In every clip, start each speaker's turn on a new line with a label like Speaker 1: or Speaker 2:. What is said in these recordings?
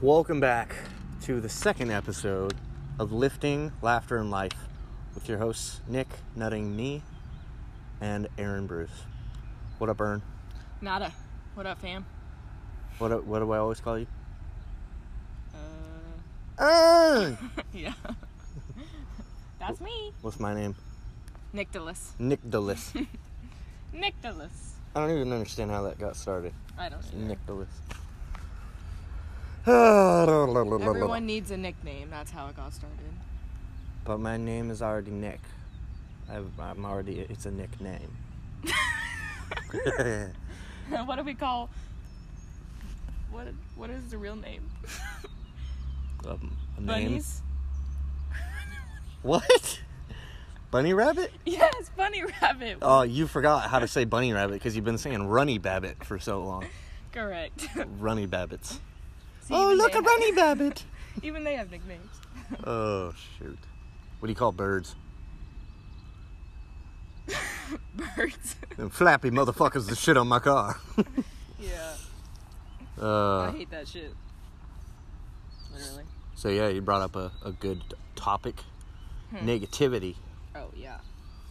Speaker 1: Welcome back to the second episode of Lifting, Laughter, and Life with your hosts, Nick Nutting Me and Aaron Bruce. What up, Aaron?
Speaker 2: Nada. What up, fam?
Speaker 1: What, do- what do I always call you?
Speaker 2: Uh,
Speaker 1: Aaron!
Speaker 2: yeah. That's me,
Speaker 1: What's my name?
Speaker 2: Nictolas.
Speaker 1: Nick Delis.
Speaker 2: Nictolas.
Speaker 1: I don't even understand how that got started.
Speaker 2: I don't. either.
Speaker 1: Nick Delis.
Speaker 2: Everyone needs a nickname. That's how it got started.
Speaker 1: But my name is already Nick. I've, I'm already, it's a nickname. Um,
Speaker 2: what do we call? What What is the real name?
Speaker 1: Um, a name-
Speaker 2: Bunnies.
Speaker 1: What? Bunny rabbit?
Speaker 2: Yes, bunny rabbit.
Speaker 1: Oh, you forgot how to say bunny rabbit because you've been saying runny babbit for so long.
Speaker 2: Correct.
Speaker 1: Runny babbits.
Speaker 2: See,
Speaker 1: Oh,
Speaker 2: even
Speaker 1: look,
Speaker 2: they
Speaker 1: a
Speaker 2: have-
Speaker 1: runny babbit.
Speaker 2: Even they have nicknames.
Speaker 1: Oh, shoot. What do you call birds?
Speaker 2: Birds.
Speaker 1: Them flappy motherfuckers that shit on my car.
Speaker 2: yeah. I
Speaker 1: uh, Oh,
Speaker 2: hate that shit. Literally.
Speaker 1: so, yeah, you brought up a, a good topic negativity.
Speaker 2: Oh yeah.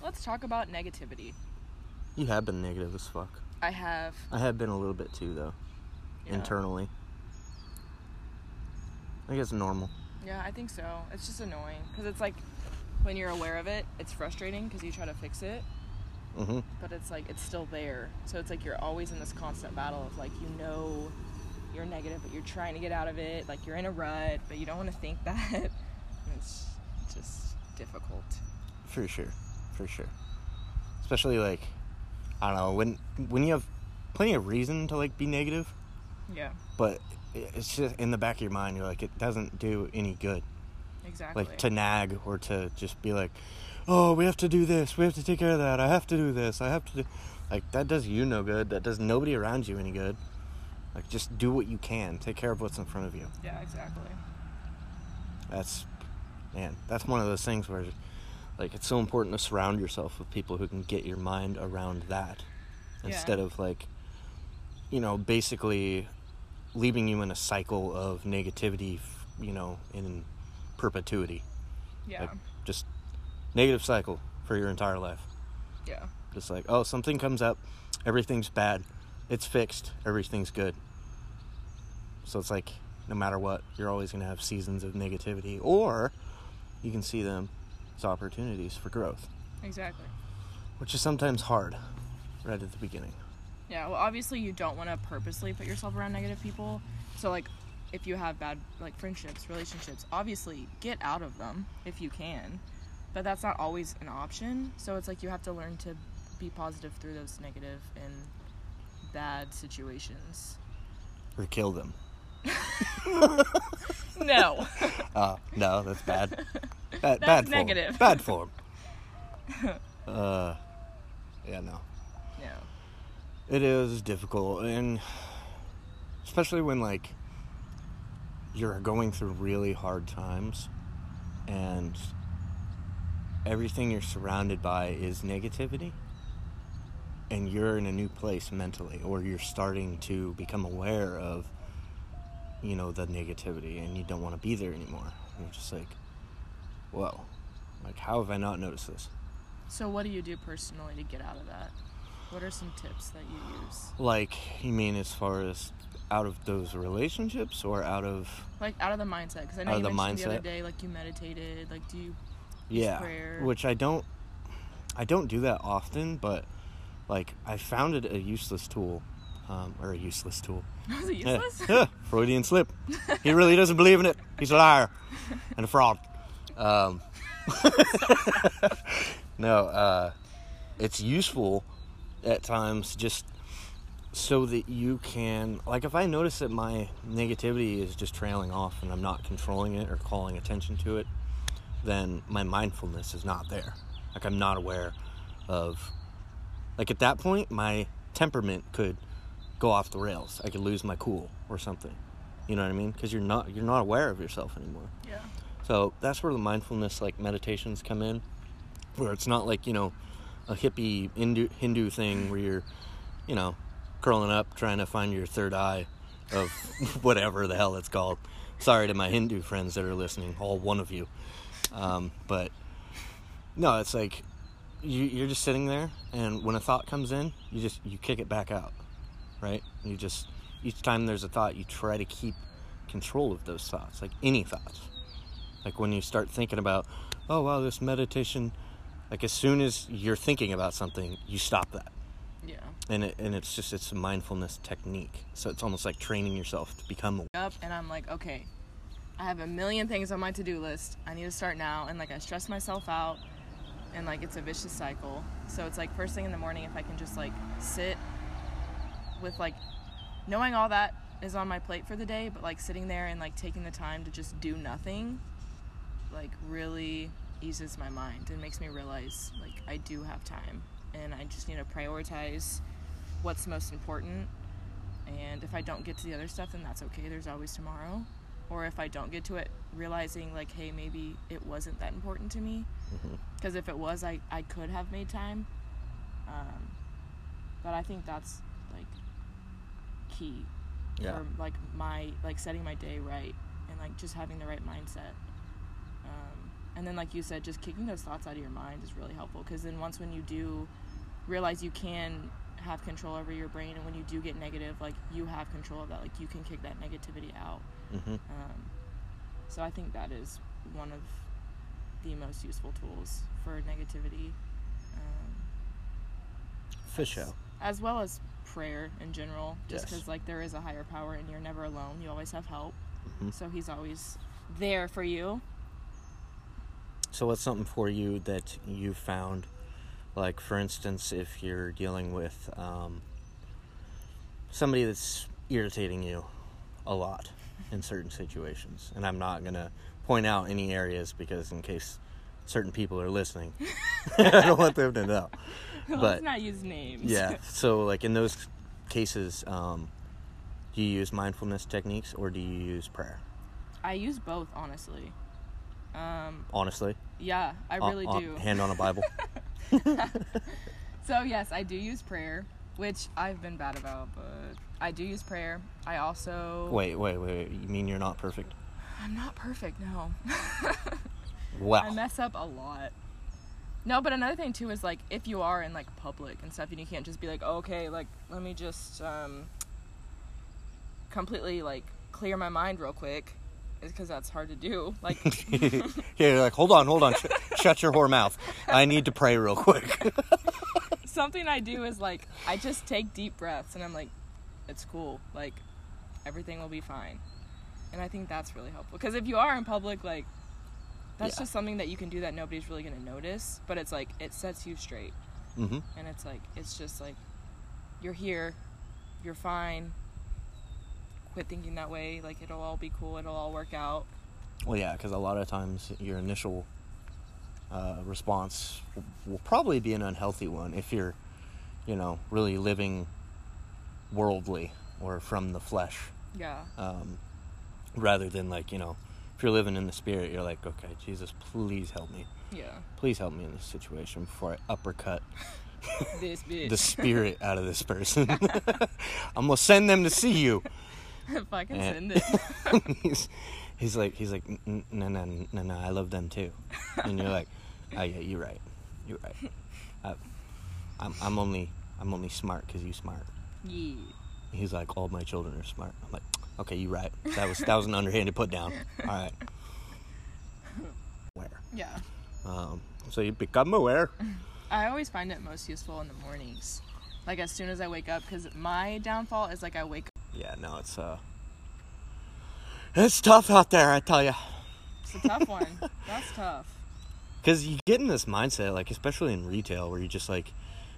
Speaker 2: Let's talk about negativity.
Speaker 1: You have been negative as fuck.
Speaker 2: I have.
Speaker 1: I have been a little bit too, though,
Speaker 2: yeah.
Speaker 1: internally. I think it's normal.
Speaker 2: Yeah, I think so. It's just annoying because it's like when you're aware of it, it's frustrating because you try to fix it,
Speaker 1: Mm-hmm.
Speaker 2: but it's like it's still there. So it's like you're always in this constant battle of like you know you're negative, but you're trying to get out of it. Like you're in a rut, but you don't want to think that. And it's just difficult.
Speaker 1: For sure, for sure. Especially like, I don't know when when you have plenty of reason to like be negative,
Speaker 2: Yeah,
Speaker 1: but it- it's just in the back of your mind. You're like, it doesn't do any good.
Speaker 2: exactly.
Speaker 1: Like to nag or to just be like, oh, we have to do this. We have to take care of that. I have to do this. I have to do. Like that does you no good. That does nobody around you any good. Like just do what you can. Take care of what's in front of you.
Speaker 2: yeah, exactly.
Speaker 1: That's man. That's one of those things where. Like it's so important to surround yourself with people who can get your mind around that
Speaker 2: Yeah.
Speaker 1: instead of like you know basically leaving you in a cycle of negativity f- you know in perpetuity
Speaker 2: Yeah,
Speaker 1: like just negative cycle for your entire life
Speaker 2: yeah,
Speaker 1: just like oh something comes up everything's bad it's fixed everything's good so it's like no matter what you're always going to have seasons of negativity or you can see them as opportunities for growth
Speaker 2: exactly.
Speaker 1: which is sometimes hard right at the beginning
Speaker 2: Yeah, well, obviously you don't want to purposely put yourself around negative people. So like, if you have bad like friendships, relationships, obviously get out of them if you can. But that's not always an option. So it's like you have to learn to be positive through those negative and bad situations.
Speaker 1: or kill them
Speaker 2: No.
Speaker 1: Uh, no, that's bad. Bad, that's
Speaker 2: That's
Speaker 1: bad form.
Speaker 2: negative.
Speaker 1: Bad form. uh, yeah, no.
Speaker 2: no.
Speaker 1: It is difficult, and especially when like you're going through really hard times, and everything you're surrounded by is negativity, and you're in a new place mentally, or you're starting to become aware of you know the negativity, and you don't want to be there anymore. You're just like, whoa, like how have I not noticed this?
Speaker 2: So what do you do personally to get out of that? What are some tips that you use?
Speaker 1: Like, you mean as far as out of those relationships or out of
Speaker 2: Like out of the mindset, because I know
Speaker 1: Out
Speaker 2: you
Speaker 1: of the
Speaker 2: mentioned the other
Speaker 1: mindset?
Speaker 2: day, like you meditated. Like, do you?
Speaker 1: yeah,
Speaker 2: prayer.
Speaker 1: which I don't I don't do that often, but like I found it a useless tool um, or a useless tool.
Speaker 2: Was it
Speaker 1: Yeah.
Speaker 2: useless?
Speaker 1: Yeah, Freudian slip. He really doesn't believe in it. He's a liar and a fraud. Um, no, uh, it's useful at times just so that you can, like, if I notice that my negativity is just trailing off and I'm not controlling it or calling attention to it, then my mindfulness is not there. Like, I'm not aware of, like, at that point, my temperament could go off the rails. I could lose my cool or something. You know what I mean? Because you're not you're not aware of yourself anymore.
Speaker 2: yeah.
Speaker 1: So that's where the mindfulness like meditations come in, where it's not like you know a hippie Hindu Hindu thing where you're you know curling up trying to find your third eye of whatever the hell it's called. Sorry to my Hindu friends that are listening, all one of you. Um, but no, it's like you, you're just sitting there, and when a thought comes in, you just you kick it back out, right? You just each time there's a thought, you try to keep control of those thoughts, like any thoughts. Like when you start thinking about, oh wow, this meditation. Like as soon as you're thinking about something, you stop that
Speaker 2: Yeah.
Speaker 1: and it, and it's just it's a mindfulness technique. So it's almost like training yourself to become.
Speaker 2: Up and I'm like, okay, I have a million things on my to-do list. I need to start now, and like I stress myself out, and like it's a vicious cycle. So it's like first thing in the morning, if I can just like sit with like knowing all that is on my plate for the day, but like sitting there and like taking the time to just do nothing, like really eases my mind and makes me realize like I do have time and I just need to prioritize what's most important. And if I don't get to the other stuff, then that's okay. There's always tomorrow. Or if I don't get to it, realizing like, hey, maybe it wasn't that important to me. Because if it was, I, I could have made time. Um, but I think that's like key or like my like setting my day right and like just having the right mindset um, and then like you said just kicking those thoughts out of your mind is really helpful because then once when you do realize you can have control over your brain and when you do get negative like you have control of that like you can kick that negativity out
Speaker 1: Mm-hmm.
Speaker 2: um, so i think that is one of the most useful tools for negativity um,
Speaker 1: For sure.
Speaker 2: as well as prayer in general just
Speaker 1: Yes.
Speaker 2: because like there is a higher power and you're never alone you always have help
Speaker 1: Mhm.
Speaker 2: so he's always there for you
Speaker 1: So what's something for you that you found, like for instance, if you're dealing with um, somebody that's irritating you a lot in certain situations, and I'm not gonna point out any areas because in case certain people are listening, I don't want them to know.
Speaker 2: let's
Speaker 1: But
Speaker 2: not use names
Speaker 1: yeah so like in those cases um, do you use mindfulness techniques or do you use prayer
Speaker 2: i use both honestly um
Speaker 1: honestly
Speaker 2: yeah i
Speaker 1: On-
Speaker 2: really
Speaker 1: on-
Speaker 2: do
Speaker 1: Uh, hand on a bible
Speaker 2: so yes i do use prayer which i've been bad about but i do use prayer i also
Speaker 1: wait wait wait you mean you're not perfect
Speaker 2: i'm not perfect no I
Speaker 1: wow
Speaker 2: mess up a lot. No, but another thing too is like if you are in like public and stuff, and you can't just be like, okay, like let me just um, completely like clear my mind real quick, because that's hard to do. Like,
Speaker 1: yeah you're like hold on hold on sh- shut your whore mouth i need to pray real quick
Speaker 2: something I do is like I just take deep breaths and I'm like, it's cool. Like everything will be fine. And I think that's really helpful because if you are in public, like that's
Speaker 1: Yeah.
Speaker 2: just something that you can do that nobody's really gonna notice. But it's like it sets you straight,
Speaker 1: Mhm.
Speaker 2: and it's like it's just like you're here, you're fine. Quit thinking that way. Like it'll all be cool. It'll all work out.
Speaker 1: well yeah because a lot of times your initial uh, response will, will probably be an unhealthy one if you're you know really living worldly or from the flesh
Speaker 2: Yeah.
Speaker 1: um, rather than like you know if you're living in the spirit you're like okay jesus please help me
Speaker 2: Yeah.
Speaker 1: please help me in this situation before i uppercut
Speaker 2: This bitch.
Speaker 1: the spirit out of this person i'm gonna send them to see you
Speaker 2: if I can
Speaker 1: Eh.
Speaker 2: send it.
Speaker 1: he's, he's like he's like "N- n- no no no no i love them too and you're like oh yeah you're right you're right I, I'm, I'm only i'm only smart because you smart
Speaker 2: yeah.
Speaker 1: He's like, all my children are smart. I'm like, okay, you right. That was that was an underhanded put down. All right. Where?
Speaker 2: Yeah.
Speaker 1: Um, so you become aware.
Speaker 2: I always find it most useful in the mornings, like as soon as I wake up, because my downfall is like I wake up.
Speaker 1: Yeah. No, it's uh, it's tough out there. I tell you,
Speaker 2: It's a tough one. That's tough.
Speaker 1: because you get in this mindset, like especially in retail, where you just like,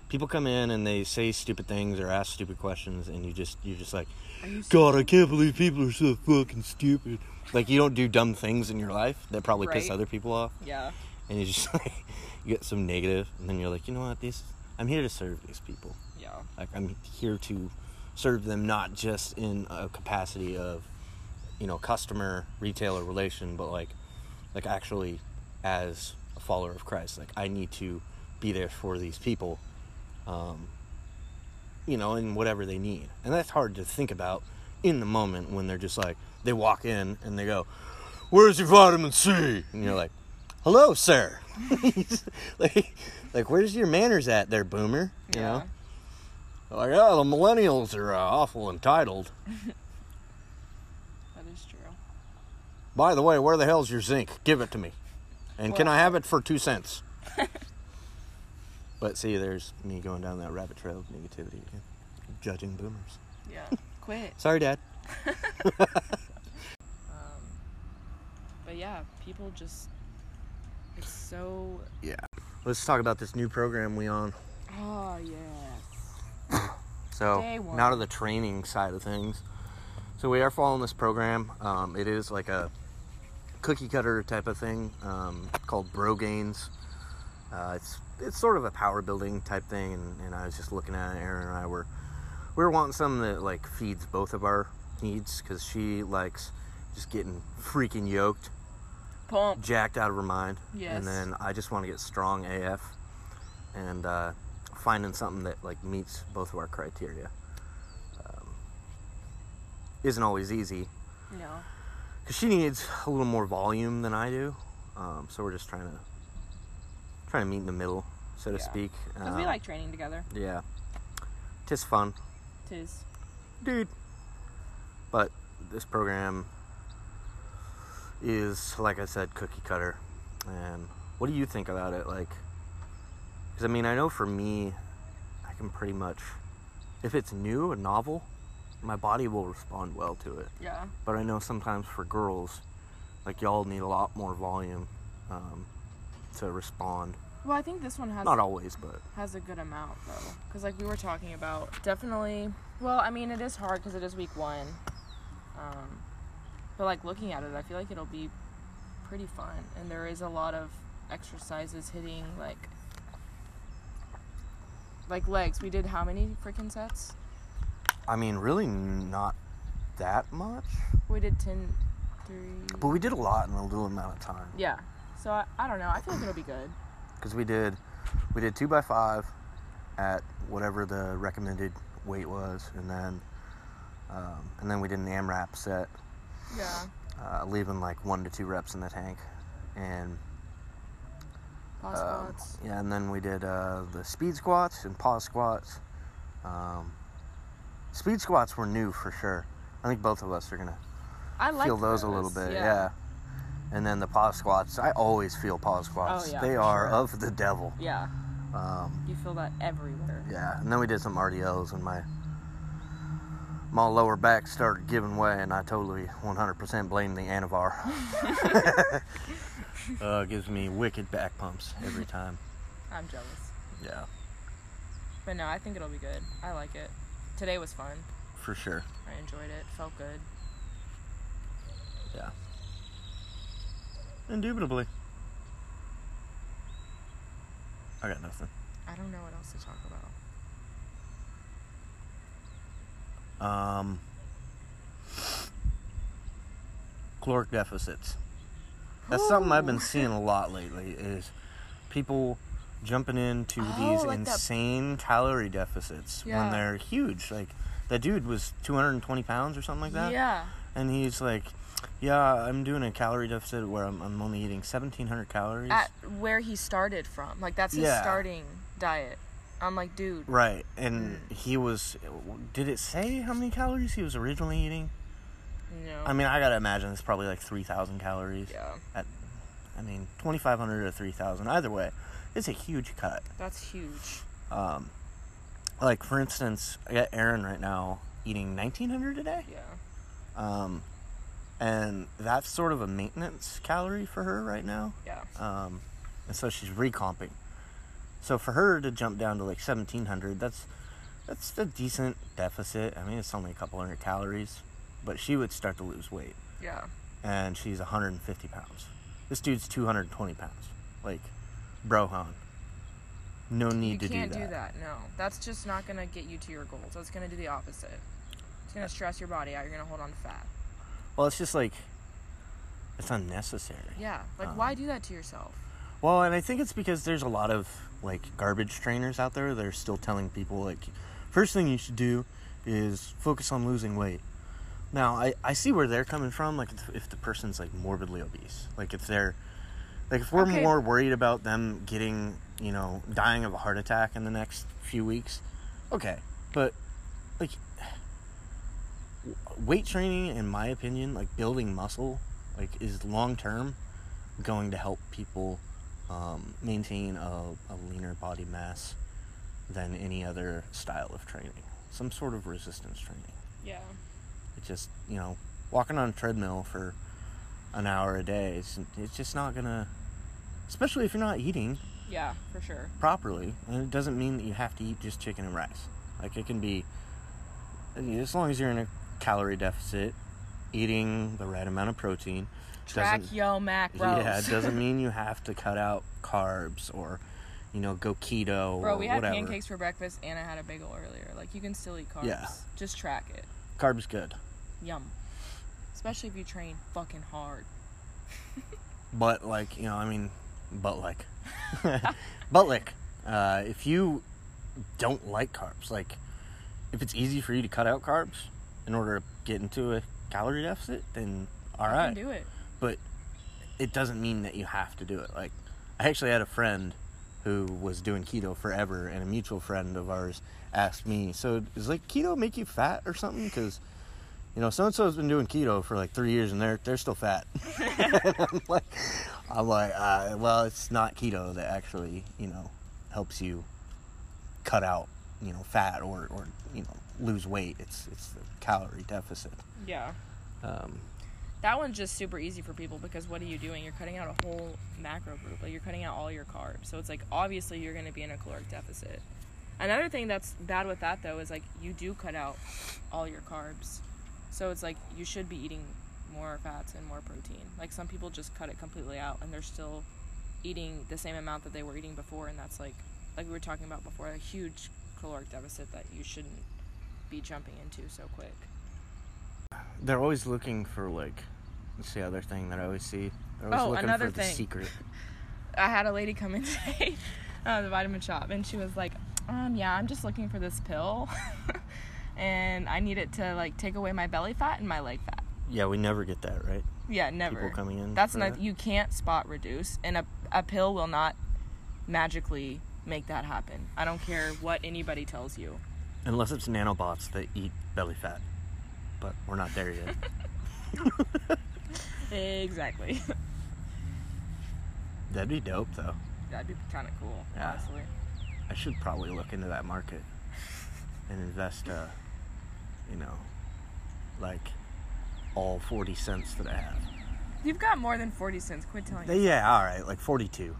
Speaker 1: people come in and they say stupid things or ask stupid questions, and you just you're just like,
Speaker 2: Are you
Speaker 1: God, I can't believe people are so fucking stupid. Like you don't do dumb things in your life that probably piss
Speaker 2: Right.
Speaker 1: other people off.
Speaker 2: Yeah.
Speaker 1: and you just like you get some negative and then you're like you know what this i'm here to serve these people
Speaker 2: Yeah.
Speaker 1: like i'm here to serve them not just in a capacity of you know customer retailer relation but like like actually as a follower of christ like i need to be there for these people um you know and whatever they need and that's hard to think about in the moment when they're just like they walk in and they go, "Where's your vitamin C?" And you're like, "Hello, sir." like, like where's your manners at there, boomer? You know, They're like oh, the millennials are uh, awful entitled.
Speaker 2: that is true.
Speaker 1: By the way, where the hell's your zinc? Give it to me. And can
Speaker 2: Well-
Speaker 1: I have it for two cents? but see, there's me going down that rabbit trail of negativity again, judging boomers.
Speaker 2: Yeah. Quit.
Speaker 1: Sorry, Dad.
Speaker 2: Um, but yeah, people just. It's so.
Speaker 1: Let's talk about this new program we on.
Speaker 2: Oh, yes.
Speaker 1: So
Speaker 2: Day one.
Speaker 1: now to the training side of things. So we are following this program. Um, it is like a cookie cutter type of thing um, called Bro Gains. Uh, it's it's sort of a power building type thing, and, and I was just looking at it. Aaron and I were we were wanting something that like feeds both of our needs because she likes just getting freaking yoked,
Speaker 2: Pump.
Speaker 1: jacked out of her mind.
Speaker 2: Yes.
Speaker 1: And then I just want to get strong AF and uh, finding something that like meets both of our criteria. Um, isn't always easy
Speaker 2: No.
Speaker 1: because she needs a little more volume than I do. Um, so we're just trying to trying to meet in the middle, so to
Speaker 2: Yeah.
Speaker 1: speak. Um,
Speaker 2: Because we like training together.
Speaker 1: Yeah. Tis fun,
Speaker 2: Tis.
Speaker 1: dude. But this program is, like I said, cookie cutter. And what do you think about it? Like, because I mean, I know for me, I can pretty much, if it's new and novel, my body will respond well to it.
Speaker 2: Yeah.
Speaker 1: But I know sometimes for girls, like y'all need a lot more volume um, to respond.
Speaker 2: Well, I think this one has
Speaker 1: Not always, but
Speaker 2: has a good amount though, because like we were talking about, definitely. Well, I mean, it is hard because it is week one, um, but like looking at it, I feel like it'll be pretty fun, and there is a lot of exercises hitting like like legs. We did how many freaking sets?
Speaker 1: I mean, really not that much.
Speaker 2: We did ten, three.
Speaker 1: But we did a lot in a little amount of time.
Speaker 2: Yeah. So I, I don't know. I feel like it'll be good.
Speaker 1: because we did we did two by five at whatever the recommended weight was, and then um, and then we did an AMRAP set,
Speaker 2: Yeah.
Speaker 1: uh, leaving like one to two reps in the tank, and
Speaker 2: Pause
Speaker 1: um,
Speaker 2: squats.
Speaker 1: yeah, and then we did uh, the speed squats and pause squats. Um, speed squats were new for sure. I think both of us are gonna
Speaker 2: I like
Speaker 1: feel those a little bit, yeah. And then the pause squats. I always feel pause squats.
Speaker 2: Oh, yeah,
Speaker 1: they
Speaker 2: for
Speaker 1: are
Speaker 2: sure.
Speaker 1: of the devil.
Speaker 2: Yeah.
Speaker 1: Um,
Speaker 2: You feel that everywhere.
Speaker 1: Yeah, and then we did some RDLs, and my my lower back started giving way, and I totally 100% blame the Anavar. uh, gives me wicked back pumps every time.
Speaker 2: I'm jealous.
Speaker 1: Yeah,
Speaker 2: But no, I think it'll be good. I like it. Today was fun.
Speaker 1: for sure.
Speaker 2: I enjoyed it. Felt good.
Speaker 1: Yeah, indubitably. I got nothing.
Speaker 2: I don't know what else to talk about.
Speaker 1: Um, caloric deficits. That's something I've been seeing a lot lately. Is people jumping into these
Speaker 2: Oh, like that-
Speaker 1: insane calorie deficits
Speaker 2: Yeah.
Speaker 1: when they're huge. Like that dude was 220 pounds or something like that,
Speaker 2: Yeah.
Speaker 1: and he's like, "Yeah, I'm doing a calorie deficit where I'm, I'm only eating 1,700 calories."
Speaker 2: At where he started from. Like that's his
Speaker 1: Yeah.
Speaker 2: starting diet. I'm like, dude,
Speaker 1: Right, and
Speaker 2: Mm.
Speaker 1: he was. Did it say how many calories he was originally eating?
Speaker 2: no.
Speaker 1: I mean, I gotta imagine it's probably like 3,000 calories.
Speaker 2: yeah.
Speaker 1: At, I mean, 2,500 or 3,000. Either way, it's a huge cut.
Speaker 2: That's huge.
Speaker 1: Um, like for instance, I got Aaron right now eating 1900 a day,
Speaker 2: Yeah.
Speaker 1: um, and that's sort of a maintenance calorie for her right now.
Speaker 2: Yeah.
Speaker 1: Um, and so she's recomping. So for her to jump down to like 1700, that's that's a decent deficit. I mean, it's only a couple hundred calories, but she would start to lose weight,
Speaker 2: Yeah.
Speaker 1: and she's 150 pounds. This dude's 220 pounds. Like, bro, hon. No need
Speaker 2: you
Speaker 1: to
Speaker 2: can't do that. No. That's just not gonna get you to your goals. That's gonna do the opposite. It's gonna stress your body out. You're gonna hold on to fat.
Speaker 1: Well, it's just like it's unnecessary.
Speaker 2: Yeah. Like
Speaker 1: Um,
Speaker 2: why do that to yourself?
Speaker 1: Well, and I think it's because there's a lot of like garbage trainers out there that are still telling people like first thing you should do is focus on losing weight. Now I, I see where they're coming from. Like if, if the person's like morbidly obese, like if they're like if we're
Speaker 2: Okay.
Speaker 1: more worried about them getting you know dying of a heart attack in the next few weeks, okay. But like w- weight training, in my opinion, like building muscle, like is long term going to help people um, maintain a, a leaner body mass than any other style of training. Some sort of resistance training.
Speaker 2: Yeah.
Speaker 1: It's just, you know, walking on a treadmill for an hour a day, it's, it's just not gonna, especially if you're not eating
Speaker 2: Yeah, for sure.
Speaker 1: properly. And it doesn't mean that you have to eat just chicken and rice. Like, it can be, as long as you're in a calorie deficit, eating the right amount of protein.
Speaker 2: Track
Speaker 1: doesn't-
Speaker 2: yo macros.
Speaker 1: Yeah, it doesn't mean you have to cut out carbs or, you know, go keto
Speaker 2: Bro,
Speaker 1: or
Speaker 2: we had
Speaker 1: Oh, whatever.
Speaker 2: pancakes for breakfast and I had a bagel earlier. Like you can still eat carbs.
Speaker 1: Yeah.
Speaker 2: Just track it.
Speaker 1: Carbs good.
Speaker 2: Yum. Especially if you train fucking hard.
Speaker 1: But like, you know, I mean, but like, but like, uh, if you don't like carbs, like, if it's easy for you to cut out carbs in order to get into a calorie deficit, then all
Speaker 2: You
Speaker 1: right.
Speaker 2: can do it.
Speaker 1: But it doesn't mean that you have to do it. Like, I actually had a friend who was doing keto forever, and a mutual friend of ours asked me, "So, does like keto make you fat or something?" Because you know, so and so's been doing keto for like three years, and they're they're still fat. And I'm like, I'm like, uh, well, it's not keto that actually, you know, helps you cut out, you know, fat or or you know, lose weight. It's it's the calorie deficit.
Speaker 2: Yeah.
Speaker 1: Um,
Speaker 2: That one's just super easy for people because what are you doing? You're cutting out a whole macro group. Like you're cutting out all your carbs. So it's like obviously you're going to be in a caloric deficit. Another thing that's bad with that though is like you do cut out all your carbs. So it's like you should be eating more fats and more protein. Like some people just cut it completely out and they're still eating the same amount that they were eating before and that's like like we were talking about before a huge caloric deficit that you shouldn't be jumping into so quick.
Speaker 1: they're always looking for like that's the other thing that I always see. They're always
Speaker 2: Oh,
Speaker 1: looking
Speaker 2: another
Speaker 1: for the
Speaker 2: thing.
Speaker 1: secret.
Speaker 2: I had a lady come in today, uh, the vitamin shop, and she was like, um, yeah, I'm just looking for this pill, and I need it to like take away my belly fat and my leg fat.
Speaker 1: Yeah, we never get that right.
Speaker 2: Yeah, never.
Speaker 1: People coming in.
Speaker 2: That's
Speaker 1: for
Speaker 2: not
Speaker 1: that.
Speaker 2: you can't spot reduce, and a a pill will not magically make that happen. I don't care what anybody tells you.
Speaker 1: unless it's nanobots that eat belly fat. But we're not there yet.
Speaker 2: Exactly.
Speaker 1: That'd be dope though.
Speaker 2: That'd be kind of cool,
Speaker 1: Yeah.
Speaker 2: honestly.
Speaker 1: I should probably look into that market and invest, uh, you know, like all 40 cents that I have.
Speaker 2: You've got more than forty cents. Quit telling me.
Speaker 1: Yeah, all right, like 42.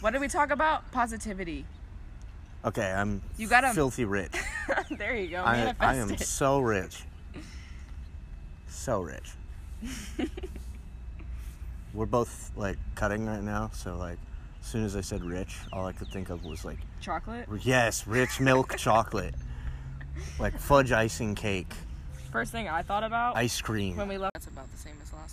Speaker 2: What did we talk about? Positivity.
Speaker 1: Okay, I'm
Speaker 2: You gotta-
Speaker 1: filthy rich.
Speaker 2: there you go.
Speaker 1: I,
Speaker 2: Manifest
Speaker 1: I am
Speaker 2: it.
Speaker 1: so rich. So rich. We're both like cutting right now, so like as soon as I said rich, all I could think of was like
Speaker 2: Chocolate.
Speaker 1: Yes, rich milk chocolate. Like fudge icing cake,
Speaker 2: First thing I thought about
Speaker 1: ice cream.
Speaker 2: when we left. That's about the same as last one.